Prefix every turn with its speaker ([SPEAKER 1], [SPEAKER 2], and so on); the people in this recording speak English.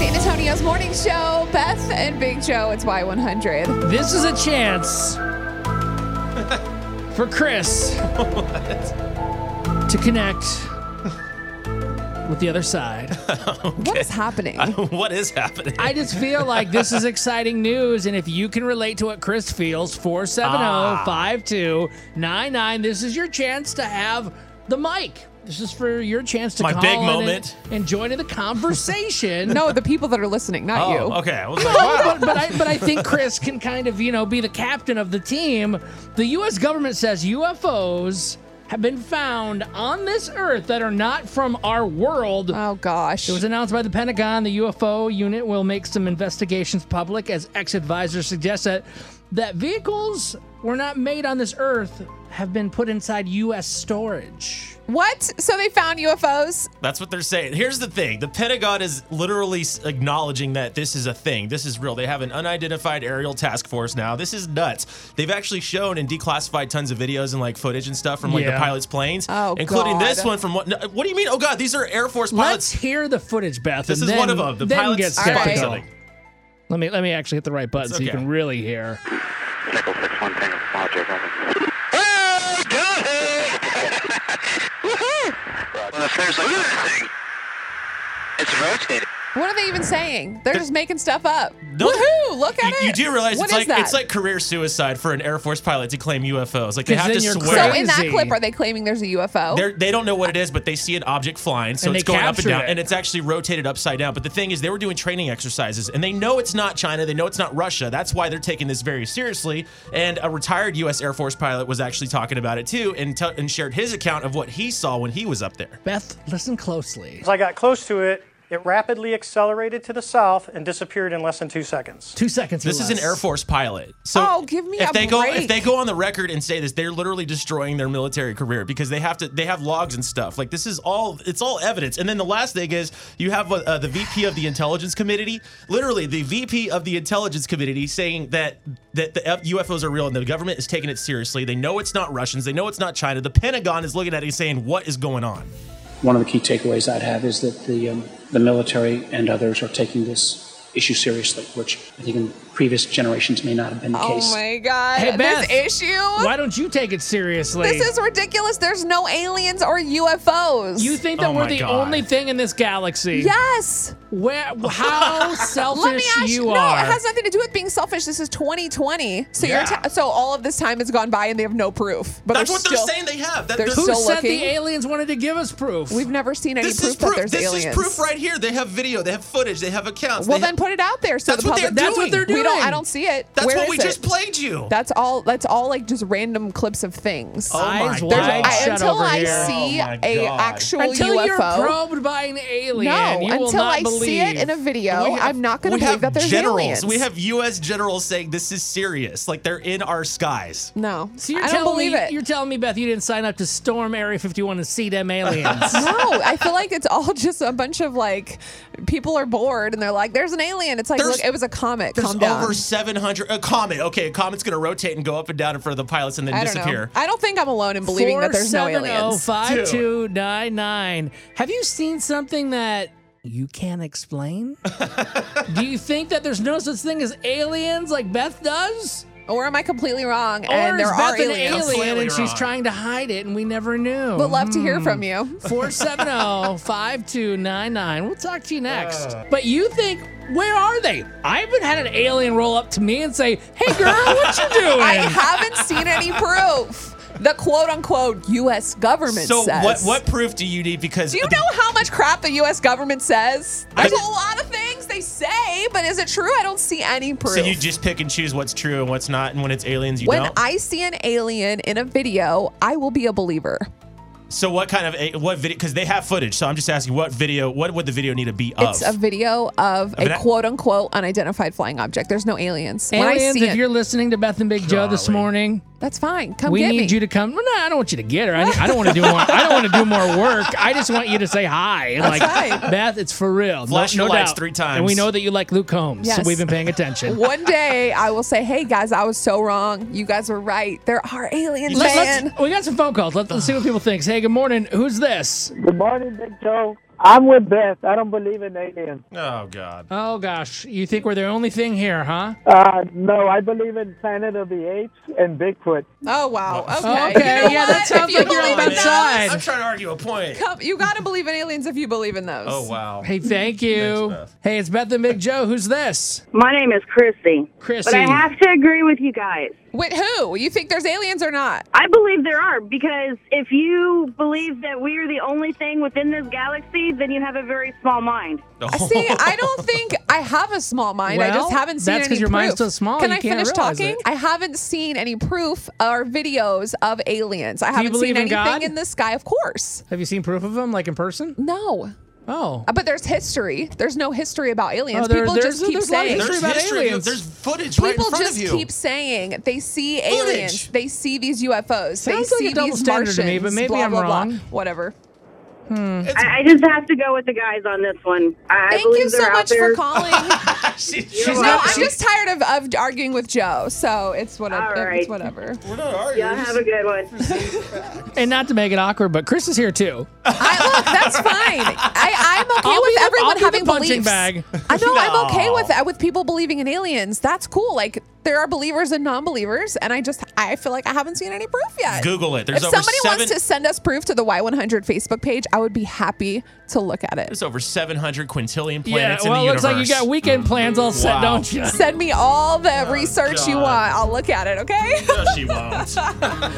[SPEAKER 1] Antonio's morning show, Beth and Big Joe. It's Y100.
[SPEAKER 2] This is a chance for Chris to connect with the other side.
[SPEAKER 1] What is happening?
[SPEAKER 3] what is happening?
[SPEAKER 2] I just feel like this is exciting news. And if you can relate to what Chris feels, oh, 470 5299, this is your chance to have the mic. This is for your chance to
[SPEAKER 3] My
[SPEAKER 2] call
[SPEAKER 3] big
[SPEAKER 2] in
[SPEAKER 3] moment.
[SPEAKER 2] And, and join in the conversation.
[SPEAKER 1] no, the people that are listening, not
[SPEAKER 3] oh,
[SPEAKER 1] you.
[SPEAKER 3] okay. I was like, wow.
[SPEAKER 2] but, but I but I think Chris can kind of you know be the captain of the team. The U.S. government says UFOs have been found on this Earth that are not from our world.
[SPEAKER 1] Oh, gosh.
[SPEAKER 2] It was announced by the Pentagon the UFO unit will make some investigations public as ex advisors suggest that that vehicles were not made on this Earth have been put inside U.S. storage.
[SPEAKER 1] what? So they found UFOs?
[SPEAKER 3] That's what they're saying. Here's the thing the Pentagon is literally s- acknowledging that this is a thing. This is real. They have an unidentified aerial task force now. This is nuts. They've actually shown and declassified tons of videos and like footage and stuff from like
[SPEAKER 2] Yeah.
[SPEAKER 3] the pilots' planes,
[SPEAKER 1] Oh,
[SPEAKER 3] including
[SPEAKER 1] God.
[SPEAKER 3] this one from what? no, What do you mean? Oh, God, these are Air Force
[SPEAKER 2] Let's
[SPEAKER 3] pilots.
[SPEAKER 2] hear the footage, Beth.
[SPEAKER 3] This
[SPEAKER 2] and
[SPEAKER 3] is
[SPEAKER 2] then-
[SPEAKER 3] one of them. The
[SPEAKER 2] then
[SPEAKER 3] pilots
[SPEAKER 2] get
[SPEAKER 3] spotted
[SPEAKER 2] skeptical.
[SPEAKER 3] something.
[SPEAKER 2] Let me let me actually hit the right button
[SPEAKER 3] It's
[SPEAKER 2] so you
[SPEAKER 3] okay.
[SPEAKER 2] can really hear.
[SPEAKER 4] Nickel 6-1 Tango, Roger, Roger. Well, if there's like nothing, it's rotating.
[SPEAKER 1] What are they even saying? They're just making stuff up.
[SPEAKER 3] No.
[SPEAKER 1] Woohoo! Look at
[SPEAKER 3] You,
[SPEAKER 1] it.
[SPEAKER 3] you do realize
[SPEAKER 1] What
[SPEAKER 3] it's
[SPEAKER 1] is
[SPEAKER 3] like
[SPEAKER 1] that?
[SPEAKER 3] it's like career suicide for an Air Force pilot to claim UFOs. Like they
[SPEAKER 2] 'Cause
[SPEAKER 3] have to
[SPEAKER 2] then you're
[SPEAKER 3] swear.
[SPEAKER 1] So in that
[SPEAKER 2] crazy.
[SPEAKER 1] clip, are they claiming there's a UFO?
[SPEAKER 3] They're, they don't know what it is, but they see an object flying, so
[SPEAKER 2] And
[SPEAKER 3] it's
[SPEAKER 2] they
[SPEAKER 3] going up and
[SPEAKER 2] captured
[SPEAKER 3] down,
[SPEAKER 2] it.
[SPEAKER 3] and it's actually rotated upside down. But the thing is, they were doing training exercises, and they know it's not China, they know it's not Russia. That's why they're taking this very seriously. And a retired U.S. Air Force pilot was actually talking about it too, and t- and shared his account of what he saw when he was up there.
[SPEAKER 2] Beth, listen closely.
[SPEAKER 5] As I got close to it, it rapidly accelerated to the south and disappeared in less than two seconds.
[SPEAKER 2] Two seconds. or
[SPEAKER 3] This is an
[SPEAKER 2] less.
[SPEAKER 3] Air Force pilot. So
[SPEAKER 1] Oh, give me
[SPEAKER 3] if
[SPEAKER 1] a
[SPEAKER 3] they go
[SPEAKER 1] break.
[SPEAKER 3] if they go on the record and say this, they're literally destroying their military career because they have to they have logs and stuff. Like this is all it's all evidence. And then the last thing is you have uh, the VP of the Intelligence Committee, literally the VP of the Intelligence Committee saying that that the F- UFOs are real and the government is taking it seriously. They know it's not Russians, they know it's not China. The Pentagon is looking at it and saying, "What is going on?"
[SPEAKER 6] One of the key takeaways I'd have is that the, um, the military and others are taking this issue seriously, which I think in previous generations may not have been the
[SPEAKER 1] oh
[SPEAKER 6] case.
[SPEAKER 1] my god!
[SPEAKER 2] Hey, Beth.
[SPEAKER 1] this issue.
[SPEAKER 2] Why don't you take it seriously?
[SPEAKER 1] This is ridiculous. There's no aliens or UFOs.
[SPEAKER 2] You think that
[SPEAKER 3] Oh
[SPEAKER 2] we're
[SPEAKER 3] my
[SPEAKER 2] the
[SPEAKER 3] God.
[SPEAKER 2] only thing in this galaxy?
[SPEAKER 1] yes.
[SPEAKER 2] Where? How
[SPEAKER 1] Let me
[SPEAKER 2] selfish
[SPEAKER 1] ask
[SPEAKER 2] you
[SPEAKER 1] No,
[SPEAKER 2] are.
[SPEAKER 1] it has nothing to do with being selfish. This is 2020. So
[SPEAKER 3] Yeah.
[SPEAKER 1] you're t- so all of this time has gone by and they have no proof. But
[SPEAKER 3] That's
[SPEAKER 1] they're
[SPEAKER 3] what
[SPEAKER 1] still,
[SPEAKER 3] they're saying they have. That,
[SPEAKER 1] they're
[SPEAKER 3] this-
[SPEAKER 2] Who
[SPEAKER 1] still
[SPEAKER 2] said
[SPEAKER 1] looking.
[SPEAKER 2] the aliens wanted to give us proof?
[SPEAKER 1] We've never seen any
[SPEAKER 3] this
[SPEAKER 1] proof,
[SPEAKER 3] is proof.
[SPEAKER 1] that there's
[SPEAKER 3] this
[SPEAKER 1] aliens.
[SPEAKER 3] is proof right here. They have video. They have footage. They have accounts.
[SPEAKER 1] Well,
[SPEAKER 3] they
[SPEAKER 1] then
[SPEAKER 3] have-
[SPEAKER 1] put it out there so
[SPEAKER 3] That's
[SPEAKER 1] the
[SPEAKER 3] what they're
[SPEAKER 1] public.
[SPEAKER 2] That's what they're doing.
[SPEAKER 1] We don't. I don't see it.
[SPEAKER 3] That's
[SPEAKER 1] Where
[SPEAKER 3] what
[SPEAKER 1] is
[SPEAKER 3] we
[SPEAKER 1] it?
[SPEAKER 3] just played you.
[SPEAKER 1] That's all. That's all like just random clips of things.
[SPEAKER 3] Oh my
[SPEAKER 2] Eyes
[SPEAKER 3] God.
[SPEAKER 1] There's-
[SPEAKER 2] wide
[SPEAKER 1] I-
[SPEAKER 2] shut
[SPEAKER 1] until
[SPEAKER 2] over
[SPEAKER 1] I
[SPEAKER 2] here.
[SPEAKER 1] see
[SPEAKER 3] Oh my
[SPEAKER 1] a
[SPEAKER 3] God.
[SPEAKER 1] actual
[SPEAKER 2] until
[SPEAKER 1] UFO.
[SPEAKER 2] you're probed by an alien,
[SPEAKER 1] no,
[SPEAKER 2] you will
[SPEAKER 1] until
[SPEAKER 2] not
[SPEAKER 1] I
[SPEAKER 2] believe.
[SPEAKER 1] see it in a video,
[SPEAKER 2] We have-
[SPEAKER 1] I'm not going to
[SPEAKER 3] we
[SPEAKER 1] believe
[SPEAKER 3] have
[SPEAKER 1] that there's
[SPEAKER 3] generals.
[SPEAKER 1] aliens.
[SPEAKER 3] We have U.S. generals saying this is serious. Like they're in our skies.
[SPEAKER 1] no.
[SPEAKER 2] So you're
[SPEAKER 1] I don't
[SPEAKER 2] telling
[SPEAKER 1] believe
[SPEAKER 2] me,
[SPEAKER 1] it.
[SPEAKER 2] You're telling me, Beth, you didn't sign up to storm Area 51 and see them aliens.
[SPEAKER 1] no, I feel like it's all just a bunch of like people are bored and they're like, "There's an alien." It's like,
[SPEAKER 3] There's-
[SPEAKER 1] look, it was a comet.
[SPEAKER 3] There's
[SPEAKER 1] Calm down.
[SPEAKER 3] over 700. A comet. Okay, a comet's gonna rotate and go up and down in front of the pilots and then
[SPEAKER 1] I don't
[SPEAKER 3] disappear.
[SPEAKER 1] know. I don't think I'm alone in believing that there's no
[SPEAKER 2] oh.
[SPEAKER 1] aliens.
[SPEAKER 2] 470-5299. Have you seen something that you can't explain? Do you think that there's no such thing as aliens like Beth does?
[SPEAKER 1] Or am I completely wrong?
[SPEAKER 2] or
[SPEAKER 1] and there
[SPEAKER 2] is
[SPEAKER 1] are
[SPEAKER 2] Beth an
[SPEAKER 1] aliens.
[SPEAKER 2] alien
[SPEAKER 3] Completely
[SPEAKER 2] and she's
[SPEAKER 3] wrong.
[SPEAKER 2] trying to hide it and we never knew?
[SPEAKER 1] Would love to hear from you.
[SPEAKER 3] Mm.
[SPEAKER 2] 470-5299. We'll talk to you next.
[SPEAKER 3] Uh.
[SPEAKER 2] But you think, where are they? I haven't had an alien roll up to me and say, hey girl, what you doing?
[SPEAKER 1] I haven't seen any proof. The quote unquote U.S. government
[SPEAKER 3] So
[SPEAKER 1] says.
[SPEAKER 3] what what proof do you need? Because
[SPEAKER 1] Do you know how much crap the U.S. government says?
[SPEAKER 3] I
[SPEAKER 1] There's a
[SPEAKER 3] ju-
[SPEAKER 1] lot of things they say, but is it true? I don't see any proof.
[SPEAKER 3] so you just pick and choose what's true and what's not, and when it's aliens, you
[SPEAKER 1] when
[SPEAKER 3] don't.
[SPEAKER 1] I see an alien in a video, I will be a believer.
[SPEAKER 3] so what kind of a, what video? Because they have footage. So I'm just asking, what video? What would the video need to be of?
[SPEAKER 1] It's a video of
[SPEAKER 3] mean,
[SPEAKER 1] a
[SPEAKER 3] I-
[SPEAKER 1] quote unquote unidentified flying object. There's no aliens. when I
[SPEAKER 2] Aliens,
[SPEAKER 1] see
[SPEAKER 2] if you're
[SPEAKER 1] it,
[SPEAKER 2] listening to Beth and Big Joe this
[SPEAKER 3] Golly.
[SPEAKER 2] morning,
[SPEAKER 1] that's fine. Come
[SPEAKER 2] we
[SPEAKER 1] get
[SPEAKER 2] need
[SPEAKER 1] me.
[SPEAKER 2] you to come. Well, no, I don't want you to get her. I, I don't want to do more. I don't want to do more work. I just want you to say hi. And like
[SPEAKER 1] right.
[SPEAKER 2] Beth, it's for real. No-
[SPEAKER 3] Flash
[SPEAKER 2] no,
[SPEAKER 3] your lights
[SPEAKER 2] doubt.
[SPEAKER 3] three times.
[SPEAKER 2] And we know that you like Luke Combs, so
[SPEAKER 1] Yes.
[SPEAKER 2] we've been paying attention. Let,
[SPEAKER 1] One day I will say, "Hey guys, I was so wrong. You guys were right. There are aliens,
[SPEAKER 2] us
[SPEAKER 1] man."
[SPEAKER 2] we got some phone calls. Let's, let's see what people think. Hey, good morning. Who's this?
[SPEAKER 7] Good morning, Big Joe. I'm with Beth. I don't believe in aliens.
[SPEAKER 3] Oh God.
[SPEAKER 2] Oh gosh, you think we're the only thing here, huh?
[SPEAKER 7] Uh, no, I believe in Planet of the Apes and Bigfoot.
[SPEAKER 1] Oh wow. Okay.
[SPEAKER 2] Okay,
[SPEAKER 1] You know
[SPEAKER 2] yeah, that
[SPEAKER 1] what?
[SPEAKER 2] sounds
[SPEAKER 1] If you
[SPEAKER 2] like you're on
[SPEAKER 1] believe in
[SPEAKER 2] that
[SPEAKER 1] those,
[SPEAKER 2] side.
[SPEAKER 3] I'm trying to argue a point.
[SPEAKER 1] come- You gotta believe in aliens if you believe in those.
[SPEAKER 3] Oh wow.
[SPEAKER 2] Hey, thank you.
[SPEAKER 3] Thanks, Beth.
[SPEAKER 2] hey, it's Beth and Big Joe. Who's this?
[SPEAKER 8] My name is Chrissy.
[SPEAKER 2] Chrissy.
[SPEAKER 8] But I have to agree with you guys.
[SPEAKER 1] Wait, who? You think there's aliens or not?
[SPEAKER 8] I believe there are because if you believe that we are the only thing within this galaxy, then you have a very small mind.
[SPEAKER 1] I See, I don't think I have a small mind. I
[SPEAKER 2] Well,
[SPEAKER 1] just haven't seen
[SPEAKER 2] that's 'cause
[SPEAKER 1] any
[SPEAKER 2] your
[SPEAKER 1] proof.
[SPEAKER 2] mind's so small,
[SPEAKER 1] Can
[SPEAKER 2] you
[SPEAKER 1] I
[SPEAKER 2] can't
[SPEAKER 1] finish
[SPEAKER 2] realize
[SPEAKER 1] talking?
[SPEAKER 2] it.
[SPEAKER 1] I haven't seen any proof or videos of aliens. I
[SPEAKER 2] you
[SPEAKER 1] haven't
[SPEAKER 2] believe
[SPEAKER 1] seen
[SPEAKER 2] in
[SPEAKER 1] anything
[SPEAKER 2] God?
[SPEAKER 1] in the sky, of course.
[SPEAKER 2] Have you seen proof of them, like in person?
[SPEAKER 1] No.
[SPEAKER 2] Oh,
[SPEAKER 1] But there's history. There's no history about aliens.
[SPEAKER 2] Oh, there-
[SPEAKER 1] People
[SPEAKER 2] there's-
[SPEAKER 1] just keep
[SPEAKER 2] there's a lot of
[SPEAKER 1] saying.
[SPEAKER 2] history
[SPEAKER 3] There's
[SPEAKER 2] about
[SPEAKER 3] history.
[SPEAKER 2] aliens.
[SPEAKER 3] There's footage right in
[SPEAKER 1] People
[SPEAKER 3] front
[SPEAKER 1] just
[SPEAKER 3] of you.
[SPEAKER 1] keep saying they see
[SPEAKER 3] Footage.
[SPEAKER 1] aliens, they see these UFOs, they
[SPEAKER 2] Sounds like a
[SPEAKER 1] see
[SPEAKER 2] double
[SPEAKER 1] these
[SPEAKER 2] standard
[SPEAKER 1] Martians.
[SPEAKER 2] to me, but maybe
[SPEAKER 1] blah,
[SPEAKER 2] I'm
[SPEAKER 1] blah, blah.
[SPEAKER 2] wrong.
[SPEAKER 1] Whatever.
[SPEAKER 8] I, I just have to go with the guys on this one. I, I
[SPEAKER 1] Thank
[SPEAKER 8] believe
[SPEAKER 1] you
[SPEAKER 8] they're
[SPEAKER 1] so
[SPEAKER 8] out
[SPEAKER 1] much
[SPEAKER 8] there.
[SPEAKER 1] for calling. no,
[SPEAKER 3] She-
[SPEAKER 1] I'm just tired of, of arguing with Joe, so it's whatever.
[SPEAKER 8] All
[SPEAKER 1] It's
[SPEAKER 8] right.
[SPEAKER 1] whatever.
[SPEAKER 3] We're not arguing.
[SPEAKER 8] Y'all have a good one.
[SPEAKER 2] and not to make it awkward, but Chris is here too.
[SPEAKER 1] I, look, that's fine. I, I'm okay
[SPEAKER 2] I'll be
[SPEAKER 1] with
[SPEAKER 2] the- I'll
[SPEAKER 1] everyone
[SPEAKER 2] be the
[SPEAKER 1] having
[SPEAKER 2] punching
[SPEAKER 1] beliefs.
[SPEAKER 2] bag.
[SPEAKER 1] I know I'm okay
[SPEAKER 3] No.
[SPEAKER 1] with that, with people believing in aliens. That's cool. Like there are believers and non-believers, and I just I feel like I haven't seen any proof yet.
[SPEAKER 3] Google it. There's
[SPEAKER 1] if
[SPEAKER 3] over
[SPEAKER 1] somebody
[SPEAKER 3] seven.
[SPEAKER 1] wants to send us proof to the Y100 Facebook page, I would be happy to look at it.
[SPEAKER 3] there's over 700 quintillion planets
[SPEAKER 2] well,
[SPEAKER 3] in the
[SPEAKER 2] looks
[SPEAKER 3] universe.
[SPEAKER 2] like you got weekend plans all set,
[SPEAKER 3] Wow.
[SPEAKER 2] don't you?
[SPEAKER 1] Send me all the research you
[SPEAKER 3] Oh, God.
[SPEAKER 1] want. I'll look at it. Okay.
[SPEAKER 3] No, she won't.